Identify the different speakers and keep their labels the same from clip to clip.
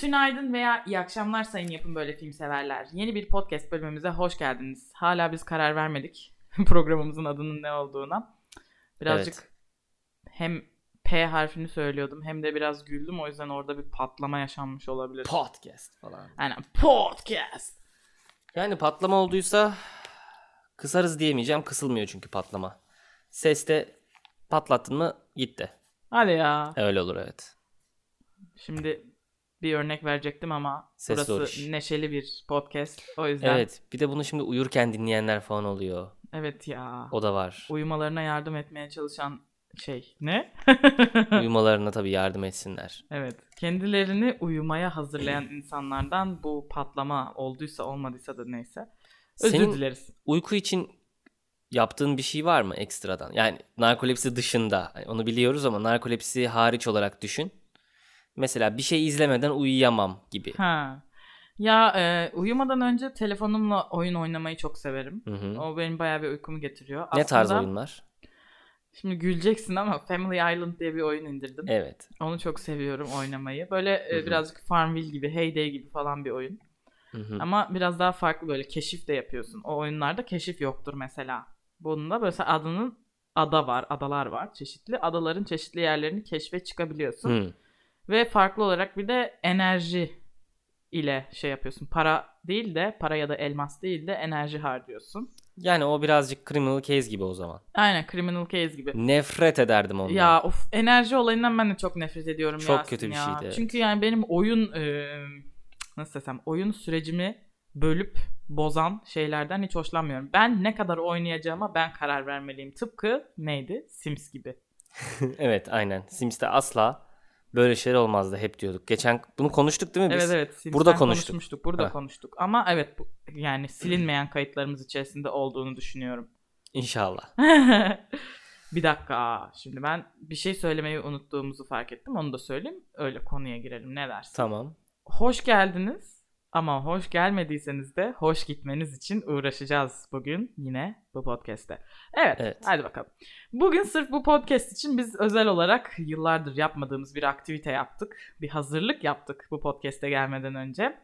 Speaker 1: tünaydın veya iyi akşamlar sayın yapın böyle film severler. Yeni bir podcast bölümümüze hoş geldiniz. Hala biz karar vermedik programımızın adının ne olduğuna. Birazcık
Speaker 2: Evet.
Speaker 1: hem P harfini söylüyordum hem de biraz güldüm o yüzden orada bir patlama yaşanmış olabilir.
Speaker 2: Podcast falan.
Speaker 1: Aynen podcast.
Speaker 2: Yani patlama olduysa kısarız diyemeyeceğim. Kısılmıyor çünkü patlama. Seste patlattın mı gitti.
Speaker 1: Hadi ya.
Speaker 2: Öyle olur evet.
Speaker 1: Şimdi bir örnek verecektim ama
Speaker 2: Ses
Speaker 1: burası
Speaker 2: zor iş.
Speaker 1: neşeli bir podcast. O yüzden evet,
Speaker 2: Evet bir de bunu şimdi uyurken dinleyenler falan oluyor.
Speaker 1: ya.
Speaker 2: O da var.
Speaker 1: Uyumalarına yardım etmeye çalışan şey. Ne?
Speaker 2: Uyumalarına tabii yardım etsinler.
Speaker 1: evet. Kendilerini uyumaya hazırlayan insanlardan bu patlama olduysa olmadıysa da neyse. Özür
Speaker 2: Senin
Speaker 1: dileriz.
Speaker 2: uyku için yaptığın bir şey var mı ekstradan? Yani narkolepsi dışında. Hani Onu biliyoruz ama narkolepsi hariç olarak düşün. Mesela bir şey izlemeden uyuyamam gibi.
Speaker 1: Ha. Ya e, uyumadan önce telefonumla oyun oynamayı çok severim.
Speaker 2: Hı hı.
Speaker 1: O benim bayağı bir uykumu getiriyor.
Speaker 2: Ne tarz
Speaker 1: Aslında-
Speaker 2: oyunlar?
Speaker 1: Şimdi güleceksin ama Family Island diye bir oyun indirdim.
Speaker 2: Evet.
Speaker 1: Onu çok seviyorum oynamayı. Böyle e,
Speaker 2: E- Hı hı.
Speaker 1: birazcık Farmville gibi, Heyday gibi falan bir oyun.
Speaker 2: Hı hı.
Speaker 1: Ama biraz daha farklı böyle keşif de yapıyorsun. O oyunlarda keşif yoktur mesela. Bunda böyle sen adanın ada var, adalar var çeşitli. Adaların çeşitli yerlerini keşfe çıkabiliyorsun.
Speaker 2: Hı.
Speaker 1: Ve farklı olarak bir de enerji ile şey yapıyorsun. Para değil de para ya da elmas değil de enerji harcıyorsun.
Speaker 2: Yani o birazcık criminal case gibi o zaman.
Speaker 1: Aynen Criminal Case gibi.
Speaker 2: Nefret ederdim ondan.
Speaker 1: Ya of enerji olayından ben de çok nefret ediyorum
Speaker 2: Çok
Speaker 1: Yasin
Speaker 2: kötü bir
Speaker 1: ya.
Speaker 2: şeydi, evet.
Speaker 1: Çünkü yani benim oyun e, nasıl desem oyun sürecimi bölüp bozan şeylerden hiç hoşlanmıyorum. Ben ne kadar oynayacağıma ben karar vermeliyim. Tıpkı neydi? Sims gibi.
Speaker 2: evet aynen. Sims'te asla böyle şeyler olmazdı hep diyorduk. Geçen bunu konuştuk değil mi biz?
Speaker 1: Evet evet. Sims'ten
Speaker 2: Burada konuştuk.
Speaker 1: konuşmuştuk. Burada
Speaker 2: Ha.
Speaker 1: konuştuk. Ama evet bu, yani silinmeyen kayıtlarımız içerisinde olduğunu düşünüyorum.
Speaker 2: İnşallah.
Speaker 1: bir dakika. Şimdi ben bir şey söylemeyi unuttuğumuzu fark ettim. Onu da söyleyeyim. Öyle konuya girelim. Ne dersin?
Speaker 2: Tamam.
Speaker 1: hoş geldiniz ama hoş gelmediyseniz de hoş gitmeniz için uğraşacağız bugün yine bu podcast'te. Evet,
Speaker 2: Evet.
Speaker 1: hadi bakalım. Bugün sırf bu podcast için biz özel olarak yıllardır yapmadığımız bir aktivite yaptık. Bir hazırlık yaptık bu podcast'e gelmeden önce.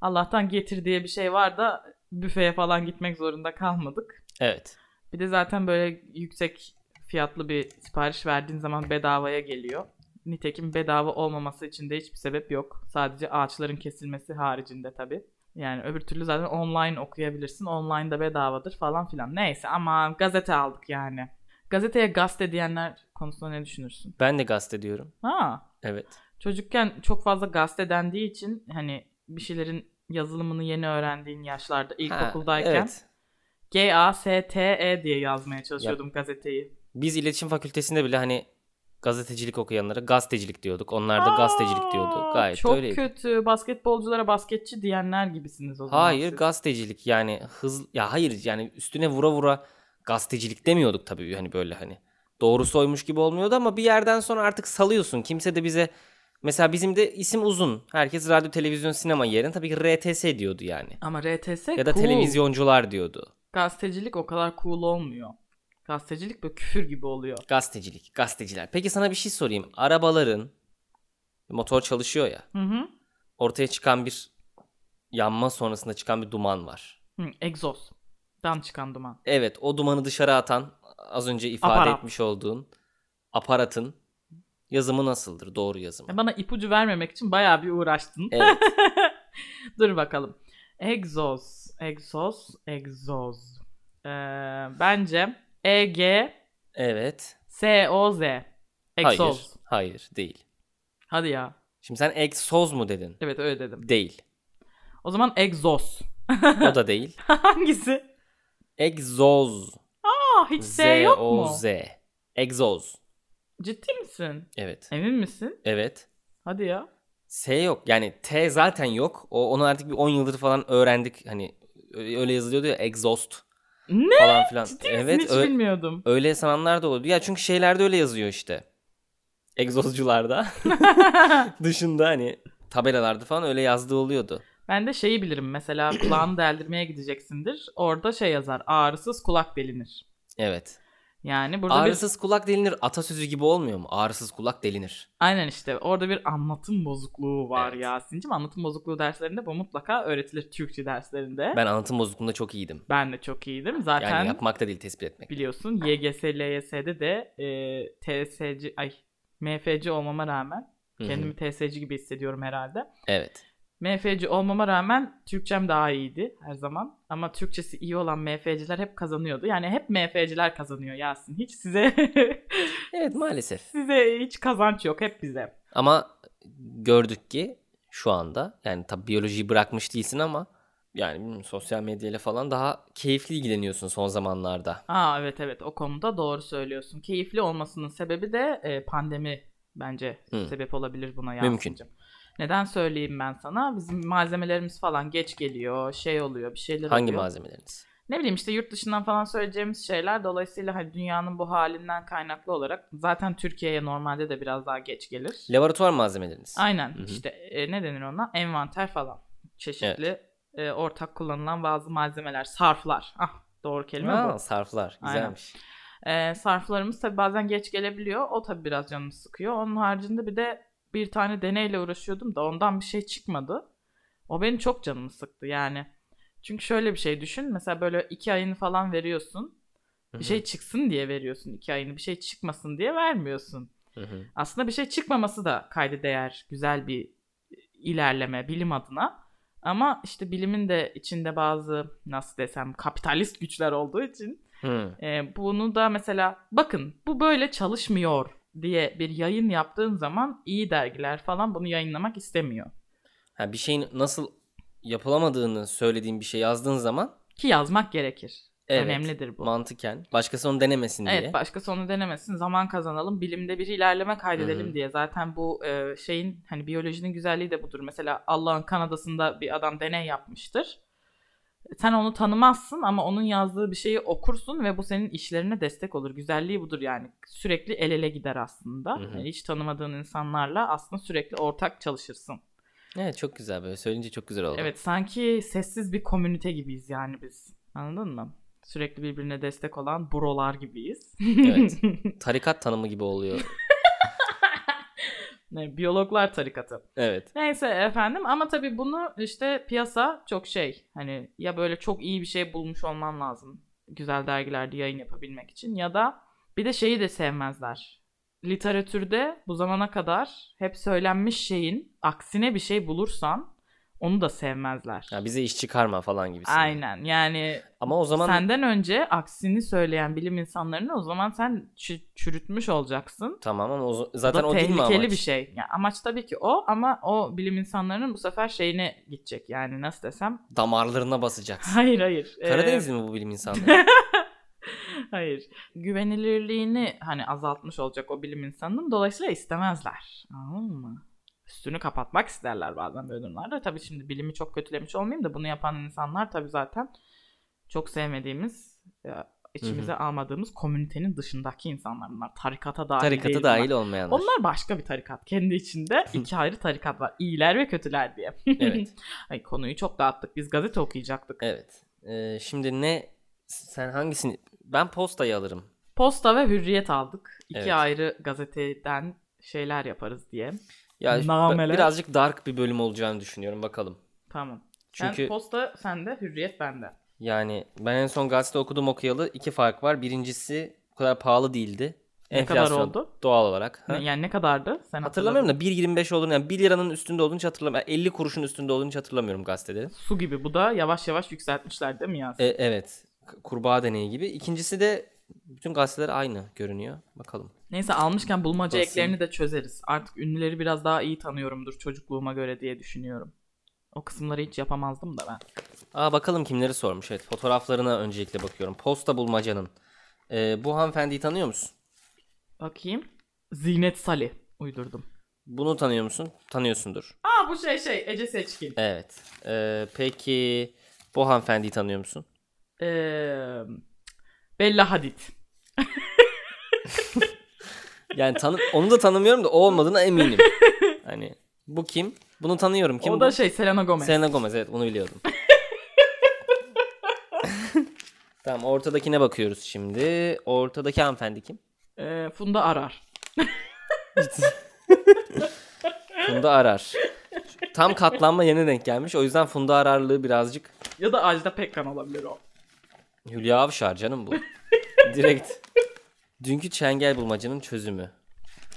Speaker 1: Allah'tan getir diye bir şey var da büfeye falan gitmek zorunda kalmadık.
Speaker 2: Evet.
Speaker 1: Bir de zaten böyle yüksek fiyatlı bir sipariş verdiğin zaman bedavaya geliyor. Nitekim bedava olmaması için de hiçbir sebep yok. Sadece ağaçların kesilmesi haricinde tabii. Yani öbür türlü zaten online okuyabilirsin. Online da bedavadır falan filan. Neyse ama gazete aldık yani. Gazeteye gazete diyenler konusunda ne düşünürsün?
Speaker 2: Ben de gazete diyorum.
Speaker 1: Ha,
Speaker 2: Evet.
Speaker 1: çocukken çok fazla gazete dendiği için hani bir şeylerin yazılımını yeni öğrendiğin yaşlarda ilkokuldayken
Speaker 2: Ha, evet.
Speaker 1: G-A-S-T-E E diye yazmaya çalışıyordum gazeteyi.
Speaker 2: Biz iletişim fakültesinde bile hani gazetecilik okuyanlara gazetecilik diyorduk. Onlar da gazetecilik diyordu.
Speaker 1: Aa,
Speaker 2: Gayet
Speaker 1: Çok
Speaker 2: öyleydi.
Speaker 1: kötü. Basketbolculara basketçi diyenler gibisiniz o zaman.
Speaker 2: Hayır
Speaker 1: siz.
Speaker 2: gazetecilik yani hız ya hayır yani üstüne vura vura gazetecilik demiyorduk tabii hani böyle hani doğru soymuş gibi olmuyordu ama bir yerden sonra artık salıyorsun. Kimse de bize mesela bizim de isim uzun. Herkes radyo, televizyon, sinema yerine tabii ki RTS diyordu yani.
Speaker 1: Ama RTS
Speaker 2: Ya da
Speaker 1: cool.
Speaker 2: televizyoncular diyordu.
Speaker 1: Gazetecilik o kadar cool olmuyor. Gazetecilik böyle küfür gibi oluyor.
Speaker 2: Gazetecilik, gazeteciler. Peki sana bir şey sorayım. Arabaların motor çalışıyor ya.
Speaker 1: Hı hı.
Speaker 2: Ortaya çıkan bir yanma sonrasında çıkan bir duman var.
Speaker 1: Hı, egzoz. Dan çıkan duman.
Speaker 2: Evet o dumanı dışarı atan az önce ifade
Speaker 1: Aparat.
Speaker 2: etmiş olduğun aparatın yazımı nasıldır? Doğru yazımı.
Speaker 1: Ya Bana ipucu vermemek için bayağı bir uğraştın.
Speaker 2: Evet.
Speaker 1: Dur bakalım. Egzoz. Egzoz. Egzoz. Ee, bence E E-G-S-O-Z.
Speaker 2: evet. Hayır.
Speaker 1: Egzoz.
Speaker 2: Hayır değil.
Speaker 1: Hadi ya.
Speaker 2: Şimdi sen egzoz mu dedin?
Speaker 1: Evet öyle dedim.
Speaker 2: Değil.
Speaker 1: O zaman egzoz.
Speaker 2: O da değil.
Speaker 1: Hangisi?
Speaker 2: Egzoz.
Speaker 1: Aa hiç S yok mu?
Speaker 2: Z. Egzoz.
Speaker 1: Ciddi misin?
Speaker 2: Evet.
Speaker 1: Emin misin?
Speaker 2: Evet.
Speaker 1: Hadi ya.
Speaker 2: S yok. Yani T zaten yok. O onu artık bir 10 yıldır falan öğrendik. Hani öyle yazılıyordu ya exhaust
Speaker 1: Ne?
Speaker 2: falan filan.
Speaker 1: Ciddi misin?
Speaker 2: Evet.
Speaker 1: hiç
Speaker 2: ö-
Speaker 1: bilmiyordum.
Speaker 2: Öyle sananlar da oluyordu. Ya çünkü şeylerde öyle yazıyor işte. Egzozcularda dışında hani tabelalarda falan öyle yazdığı oluyordu.
Speaker 1: ben de şeyi bilirim mesela kulağını deldirmeye gideceksindir. Orada şey yazar ağrısız kulak delinir.
Speaker 2: Evet.
Speaker 1: Yani burada bir
Speaker 2: Ağrısız kulak delinir atasözü gibi olmuyor mu? Ağrısız kulak delinir.
Speaker 1: Aynen işte orada bir anlatım bozukluğu var
Speaker 2: Evet.
Speaker 1: Yasin'cim. Anlatım bozukluğu derslerinde bu mutlaka öğretilir Türkçe derslerinde. Ben,
Speaker 2: Ben anlatım bozukluğunda çok iyiydim.
Speaker 1: de çok iyiydim. Zaten
Speaker 2: Yani yapmak da değil tespit etmek.
Speaker 1: biliyorsun YGS, LYS'de de e, TSC, ay MFC olmama rağmen
Speaker 2: Hı hı.
Speaker 1: kendimi TSC gibi hissediyorum herhalde.
Speaker 2: Evet.
Speaker 1: MFC olmama rağmen Türkçem daha iyiydi her zaman. Ama Türkçesi iyi olan MFC'ler hep kazanıyordu. Yani hep MFC'ler kazanıyor Yasin. Hiç size
Speaker 2: Evet maalesef.
Speaker 1: size hiç kazanç yok. Hep bize.
Speaker 2: Ama gördük ki şu anda yani tabi biyolojiyi bırakmış değilsin ama yani bilmiyorum, sosyal medyayla falan daha keyifli ilgileniyorsun son zamanlarda.
Speaker 1: Aa evet evet o konuda doğru söylüyorsun. Keyifli olmasının sebebi de e, pandemi bence
Speaker 2: Hı.
Speaker 1: sebep olabilir buna
Speaker 2: Mümkün.
Speaker 1: Yasin'cim. Neden söyleyeyim ben sana? Bizim malzemelerimiz falan geç geliyor, şey oluyor, bir şeyler
Speaker 2: Hangi
Speaker 1: oluyor.
Speaker 2: malzemeleriniz?
Speaker 1: Ne bileyim işte yurt dışından falan söyleyeceğimiz şeyler dolayısıyla hani dünyanın bu halinden kaynaklı olarak zaten Türkiye'ye normalde de biraz daha geç gelir.
Speaker 2: Laboratuvar malzemeleriniz.
Speaker 1: Aynen
Speaker 2: Hı hı.
Speaker 1: işte e, ne denir ona? Envanter falan. Çeşitli e, ortak kullanılan bazı malzemeler, sarflar. Ah doğru kelime bu.
Speaker 2: Aa, sarflar.
Speaker 1: Aynen.
Speaker 2: Güzelmiş.
Speaker 1: Ee, sarflarımız tabii bazen geç gelebiliyor. O tabii biraz canımı sıkıyor. Onun haricinde bir de bir tane deneyle uğraşıyordum da ondan bir şey çıkmadı. O benim çok canımı sıktı yani. Çünkü şöyle bir şey düşün. Mesela böyle iki ayını falan veriyorsun.
Speaker 2: Hı
Speaker 1: Bir şey çıksın diye veriyorsun iki ayını. Bir şey çıkmasın diye vermiyorsun.
Speaker 2: hı, hı hı.
Speaker 1: Aslında bir şey çıkmaması da kayda değer güzel bir e, ilerleme bilim adına. Ama işte bilimin de içinde bazı nasıl desem kapitalist güçler olduğu için
Speaker 2: Hı.
Speaker 1: ee, bunu da mesela bakın bu böyle çalışmıyor diye bir yayın yaptığın zaman iyi dergiler falan bunu yayınlamak istemiyor.
Speaker 2: Ha, bir şeyin nasıl yapılamadığını söylediğin bir şey yazdığın zaman
Speaker 1: Ki yazmak gerekir.
Speaker 2: evet,
Speaker 1: Önemlidir bu.
Speaker 2: mantıken başkası onu denemesin diye.
Speaker 1: Evet başkası onu denemesin zaman kazanalım bilimde bir ilerleme kaydedelim
Speaker 2: Hı hı.
Speaker 1: diye. Zaten bu e, şeyin hani biyolojinin güzelliği de budur. Mesela Allah'ın Kanada'sında bir adam deney yapmıştır. E, Sen onu tanımazsın ama onun yazdığı bir şeyi okursun ve bu senin işlerine destek olur. Güzelliği budur yani. Sürekli el ele gider aslında.
Speaker 2: Hı hı.
Speaker 1: Yani hiç tanımadığın insanlarla aslında sürekli ortak çalışırsın.
Speaker 2: Evet, çok güzel böyle söyleyince çok güzel oldu.
Speaker 1: Evet sanki sessiz bir komünite gibiyiz yani biz. Anladın mı? Sürekli birbirine destek olan brolar gibiyiz.
Speaker 2: Evet. Tarikat tanımı gibi oluyor.
Speaker 1: Ne, biyologlar tarikatı.
Speaker 2: evet.
Speaker 1: Neyse efendim ama tabii bunu işte piyasa çok şey hani ya böyle çok iyi bir şey bulmuş olman lazım güzel dergilerde yayın yapabilmek için ya da bir de şeyi de sevmezler. Literatürde bu zamana kadar hep söylenmiş şeyin aksine bir şey bulursan onu da sevmezler.
Speaker 2: Ya bize iş çıkarma falan gibisi.
Speaker 1: Aynen yani
Speaker 2: Ama o zaman
Speaker 1: senden önce aksini söyleyen bilim insanlarını o zaman sen çü- çürütmüş olacaksın.
Speaker 2: tamam ama o z- zaten
Speaker 1: da
Speaker 2: o değil mi
Speaker 1: tehlikeli
Speaker 2: amaç?
Speaker 1: bir şey. Yani amaç tabii ki o ama o bilim insanlarının bu sefer şeyine gidecek. Yani nasıl desem?
Speaker 2: Damarlarına basacaksın.
Speaker 1: Hayır hayır. Ee,
Speaker 2: Karadenizli mi bu bilim insanları?
Speaker 1: hayır. Güvenilirliğini hani azaltmış olacak o bilim insanının. Dolayısıyla istemezler. Anladın mı? Üstünü kapatmak isterler bazen böyle durumlarda. Tabii şimdi bilimi çok kötülemiş olmayayım da bunu yapan insanlar tabii zaten çok sevmediğimiz e, içimize almadığımız komünitenin dışındaki insanlar bunlar. Tarikata dahil değil
Speaker 2: Tarikata
Speaker 1: bunlar.
Speaker 2: dahil olmayanlar.
Speaker 1: Onlar başka bir tarikat. Kendi içinde iki ayrı tarikat var. İyiler ve kötüler diye.
Speaker 2: Evet.
Speaker 1: Ay konuyu çok dağıttık. Biz gazete okuyacaktık.
Speaker 2: Evet. Ee, şimdi ne sen hangisini ben postayı alırım.
Speaker 1: Posta ve Hürriyet aldık. İki
Speaker 2: Evet.
Speaker 1: ayrı gazeteden şeyler yaparız diye.
Speaker 2: Ya
Speaker 1: Nameler.
Speaker 2: birazcık dark bir bölüm olacağını düşünüyorum bakalım.
Speaker 1: Tamam. Çünkü...
Speaker 2: Çünkü
Speaker 1: posta sende, Hürriyet bende.
Speaker 2: Yani ben en son gazete okudum okuyalı iki fark var. Birincisi bu kadar pahalı değildi.
Speaker 1: Ne kadar oldu?
Speaker 2: Doğal olarak. Ha?
Speaker 1: Ne- Yani ne kadardı? Sen
Speaker 2: Hatırlamıyorum
Speaker 1: hatırladın.
Speaker 2: da 1.25 olduğunu yani 1 liranın üstünde olduğunu hiç hatırlamıyorum. Yani 50 kuruşun üstünde olduğunu hiç hatırlamıyorum gazetelerin.
Speaker 1: Su gibi bu da yavaş yavaş yükseltmişler değil mi ya?
Speaker 2: E, evet. K- Kurbağa deneyi gibi. İkincisi de bütün gazeteler aynı görünüyor. Bakalım.
Speaker 1: Neyse almışken bulmaca
Speaker 2: Basın.
Speaker 1: eklerini de çözeriz. Artık ünlüleri biraz daha iyi tanıyorumdur çocukluğuma göre diye düşünüyorum. O kısımları hiç yapamazdım da ben.
Speaker 2: Aa bakalım kimleri sormuş. Evet fotoğraflarına öncelikle bakıyorum. Posta bulmacanın. E, bu hanımefendiyi tanıyor musun?
Speaker 1: Bakayım. Zinet Salih uydurdum.
Speaker 2: Bunu tanıyor musun? Tanıyorsundur.
Speaker 1: Aa bu şey şey Ece Seçkin.
Speaker 2: Evet. E, peki bu hanımefendiyi tanıyor musun?
Speaker 1: Ee, Bella Hadid.
Speaker 2: Yani tanı onu da tanımıyorum da o olmadığına eminim. Hani bu kim? Bunu tanıyorum. Kim
Speaker 1: o
Speaker 2: bu?
Speaker 1: da şey Selena Gomez.
Speaker 2: Selena Gomez evet onu biliyordum. Tamam ortadakine bakıyoruz şimdi. Ortadaki hanımefendi kim?
Speaker 1: Ee, Funda Arar.
Speaker 2: Funda Arar. Tam katlanma yerine denk gelmiş. O yüzden Funda Ararlığı birazcık
Speaker 1: Ya da Ajda Pekkan olabilir o.
Speaker 2: Hülya Avşar canım bu. Direkt. Dünkü çengel bulmacanın çözümü.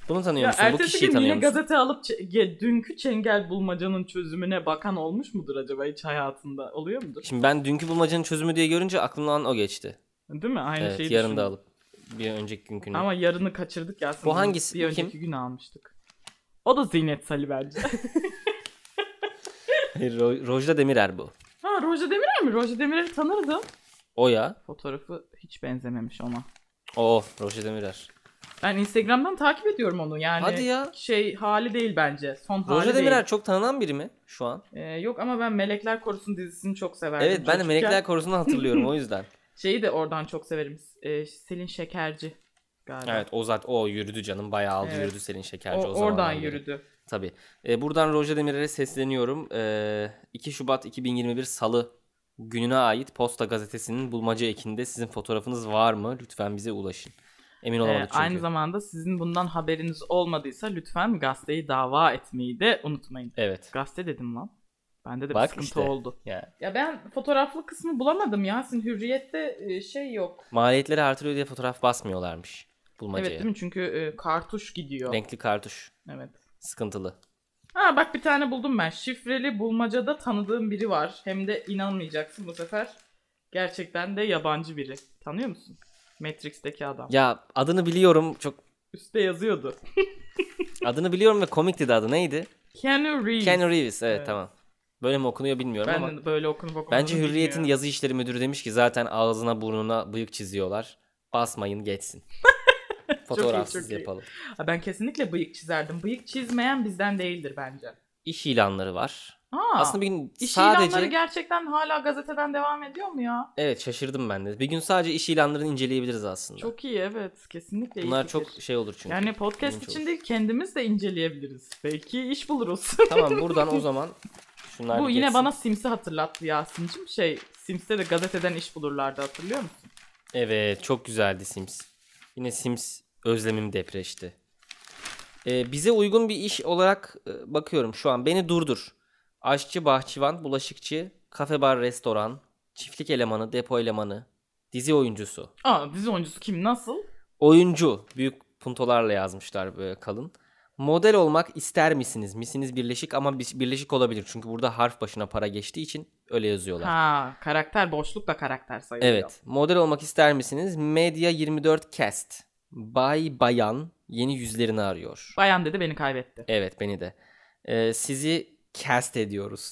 Speaker 2: Bunu tanıyor
Speaker 1: Ya
Speaker 2: musun? Bu
Speaker 1: ertesi
Speaker 2: kişiyi
Speaker 1: gün yine
Speaker 2: tanıyor musun?
Speaker 1: gazete alıp ç- ge- dünkü çengel bulmacanın çözümüne bakan olmuş mudur acaba hiç hayatında? Oluyor mudur?
Speaker 2: Şimdi ben dünkü bulmacanın çözümü diye görünce aklımdan o geçti.
Speaker 1: Değil mi? Aynı
Speaker 2: evet
Speaker 1: şeyi
Speaker 2: yarın da
Speaker 1: düşündüm.
Speaker 2: alıp. Bir önceki günkünü.
Speaker 1: Ama yarını kaçırdık ya aslında.
Speaker 2: Bu hangisi?
Speaker 1: Bir
Speaker 2: Bu
Speaker 1: önceki gün almıştık. O da Zinet Salih bence.
Speaker 2: Hayır, Ro- Rojda Demirer bu.
Speaker 1: ha Roja Demirer mi? Roja Demirer'i tanırdım.
Speaker 2: O ya.
Speaker 1: Fotoğrafı hiç benzememiş ona.
Speaker 2: O Rojda Demirer.
Speaker 1: Ben Instagram'dan takip ediyorum onu yani.
Speaker 2: Hadi ya.
Speaker 1: Şey hali değil bence. Son hali
Speaker 2: Rojda
Speaker 1: değil.
Speaker 2: Demirer çok tanınan biri mi şu an?
Speaker 1: Ee, yok ama ben Melekler Korusu'nun dizisini çok severdim.
Speaker 2: Evet ben de
Speaker 1: çocukken.
Speaker 2: Melekler Korusu'nu hatırlıyorum o yüzden.
Speaker 1: Şeyi de oradan çok severim. Ee, Selin Şekerci galiba.
Speaker 2: Evet o zaten o yürüdü canım bayağı aldı
Speaker 1: Hani Evet.
Speaker 2: yürüdü Selin
Speaker 1: O,
Speaker 2: Şekerci o, zamandan
Speaker 1: oradan
Speaker 2: beri.
Speaker 1: yürüdü.
Speaker 2: Tabii. E, buradan Roja Demirer'e sesleniyorum. E, 2 Şubat 2021 Salı gününe ait Posta Gazetesi'nin bulmaca ekinde sizin fotoğrafınız var mı? Lütfen bize ulaşın. Emin
Speaker 1: Ee,
Speaker 2: olamadık çünkü.
Speaker 1: aynı zamanda sizin bundan haberiniz olmadıysa lütfen gazeteyi dava etmeyi de unutmayın.
Speaker 2: Evet.
Speaker 1: Gazete dedim lan. Bende de
Speaker 2: Bak
Speaker 1: bir sıkıntı
Speaker 2: işte.
Speaker 1: oldu.
Speaker 2: Yani
Speaker 1: Ya ben fotoğraflı kısmı bulamadım Yasin. Hürriyette e, şey yok.
Speaker 2: maliyetleri artırıyor diye fotoğraf basmıyorlarmış bulmacaya.
Speaker 1: Evet değil mi? Çünkü e, kartuş gidiyor.
Speaker 2: Renkli kartuş.
Speaker 1: Evet.
Speaker 2: Sıkıntılı.
Speaker 1: Ha bak bir tane buldum ben. Şifreli bulmacada tanıdığım biri var. Hem de inanmayacaksın bu sefer. Gerçekten de yabancı biri. Tanıyor musun? Matrix'teki adam.
Speaker 2: Ya adını biliyorum. Çok
Speaker 1: Üste yazıyordu.
Speaker 2: adını biliyorum ve komikti de adı. Neydi?
Speaker 1: Keanu Reeves.
Speaker 2: Keanu Reeves. Evet,
Speaker 1: Evet.
Speaker 2: tamam. Böyle mi okunuyor bilmiyorum
Speaker 1: ben
Speaker 2: ama.
Speaker 1: de böyle okunup okumadığını
Speaker 2: Bence Hürriyet'in
Speaker 1: bilmiyorum.
Speaker 2: yazı işleri müdürü demiş ki zaten ağzına burnuna bıyık çiziyorlar. Basmayın geçsin. Fotoğrafsız
Speaker 1: çok iyi.
Speaker 2: yapalım.
Speaker 1: Ha, Ben kesinlikle bıyık çizerdim. Bıyık çizmeyen bizden değildir bence.
Speaker 2: İş ilanları var.
Speaker 1: Aa,
Speaker 2: Aslında bir gün
Speaker 1: iş
Speaker 2: sadece
Speaker 1: ilanları gerçekten hala gazeteden devam ediyor mu ya?
Speaker 2: Evet şaşırdım ben de. Bir gün sadece iş ilanlarını inceleyebiliriz aslında.
Speaker 1: Çok iyi evet. Kesinlikle iyi
Speaker 2: Bunlar
Speaker 1: fikir.
Speaker 2: çok şey olur çünkü.
Speaker 1: Yani podcast
Speaker 2: İlginç
Speaker 1: için
Speaker 2: olur.
Speaker 1: değil kendimiz de inceleyebiliriz. Belki iş buluruz.
Speaker 2: Tamam buradan o zaman şunlar
Speaker 1: Bu
Speaker 2: bir
Speaker 1: yine
Speaker 2: geçsin.
Speaker 1: bana Sims'i hatırlattı Yasin'cim. Şey Sims'te de gazeteden iş bulurlardı hatırlıyor musun?
Speaker 2: Evet çok güzeldi Sims. Yine Sims özlemim depreşti. Ee, bize uygun bir iş olarak e, bakıyorum şu an. Beni durdur. Aşçı, bahçıvan, bulaşıkçı, kafe bar, restoran, çiftlik elemanı, depo elemanı, dizi oyuncusu.
Speaker 1: Aa dizi oyuncusu kim nasıl?
Speaker 2: Oyuncu büyük puntolarla yazmışlar böyle kalın. Model olmak ister misiniz? Misiniz birleşik ama bis- birleşik olabilir. Çünkü burada harf başına para geçtiği için öyle yazıyorlar.
Speaker 1: Ha karakter boşlukla karakter sayılıyor.
Speaker 2: Evet. Model olmak ister misiniz? Medya 24 Cast. Bay Bayan yeni yüzlerini arıyor.
Speaker 1: Bayan dedi beni kaybetti.
Speaker 2: Evet beni de. Ee, sizi cast ediyoruz.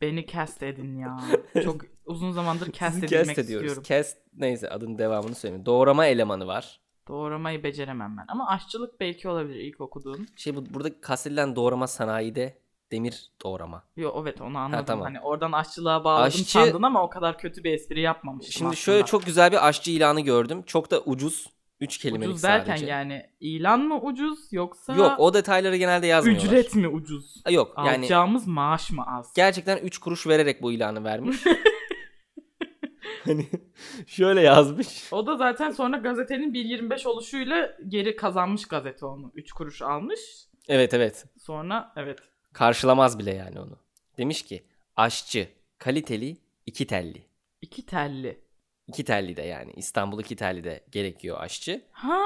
Speaker 1: Beni cast edin ya. Çok uzun zamandır cast
Speaker 2: Sizi
Speaker 1: edilmek istiyorum.
Speaker 2: Cast neyse adın devamını söyleyeyim. Doğrama elemanı var.
Speaker 1: Doğramayı beceremem ben. Ama aşçılık belki olabilir ilk okuduğun.
Speaker 2: Şey bu, burada kastedilen doğrama sanayide demir doğrama.
Speaker 1: Yo evet onu anladım.
Speaker 2: tamam.
Speaker 1: Hani oradan aşçılığa bağladım
Speaker 2: Aşçı-
Speaker 1: sandın ama o kadar kötü bir espri yapmamıştım
Speaker 2: Şimdi
Speaker 1: aslında.
Speaker 2: şöyle çok güzel bir aşçı ilanı gördüm. Çok da ucuz. 3 kelimelik
Speaker 1: ucuz derken
Speaker 2: sadece.
Speaker 1: yani ilan mı ucuz yoksa
Speaker 2: Yok o detayları genelde yazmıyorlar.
Speaker 1: ücret mi ucuz?
Speaker 2: Yok yani
Speaker 1: Alacağımız maaş mı az?
Speaker 2: gerçekten 3 kuruş vererek bu ilanı vermiş. hani şöyle yazmış.
Speaker 1: O da zaten sonra gazetenin 1.25 oluşuyla geri kazanmış gazete onu. 3 kuruş almış.
Speaker 2: Evet evet.
Speaker 1: Sonra evet.
Speaker 2: Karşılamaz bile yani onu. Demiş ki aşçı, kaliteli, iki telli.
Speaker 1: iki telli.
Speaker 2: İki telli de yani İstanbul iki telli de gerekiyor aşçı.
Speaker 1: Ha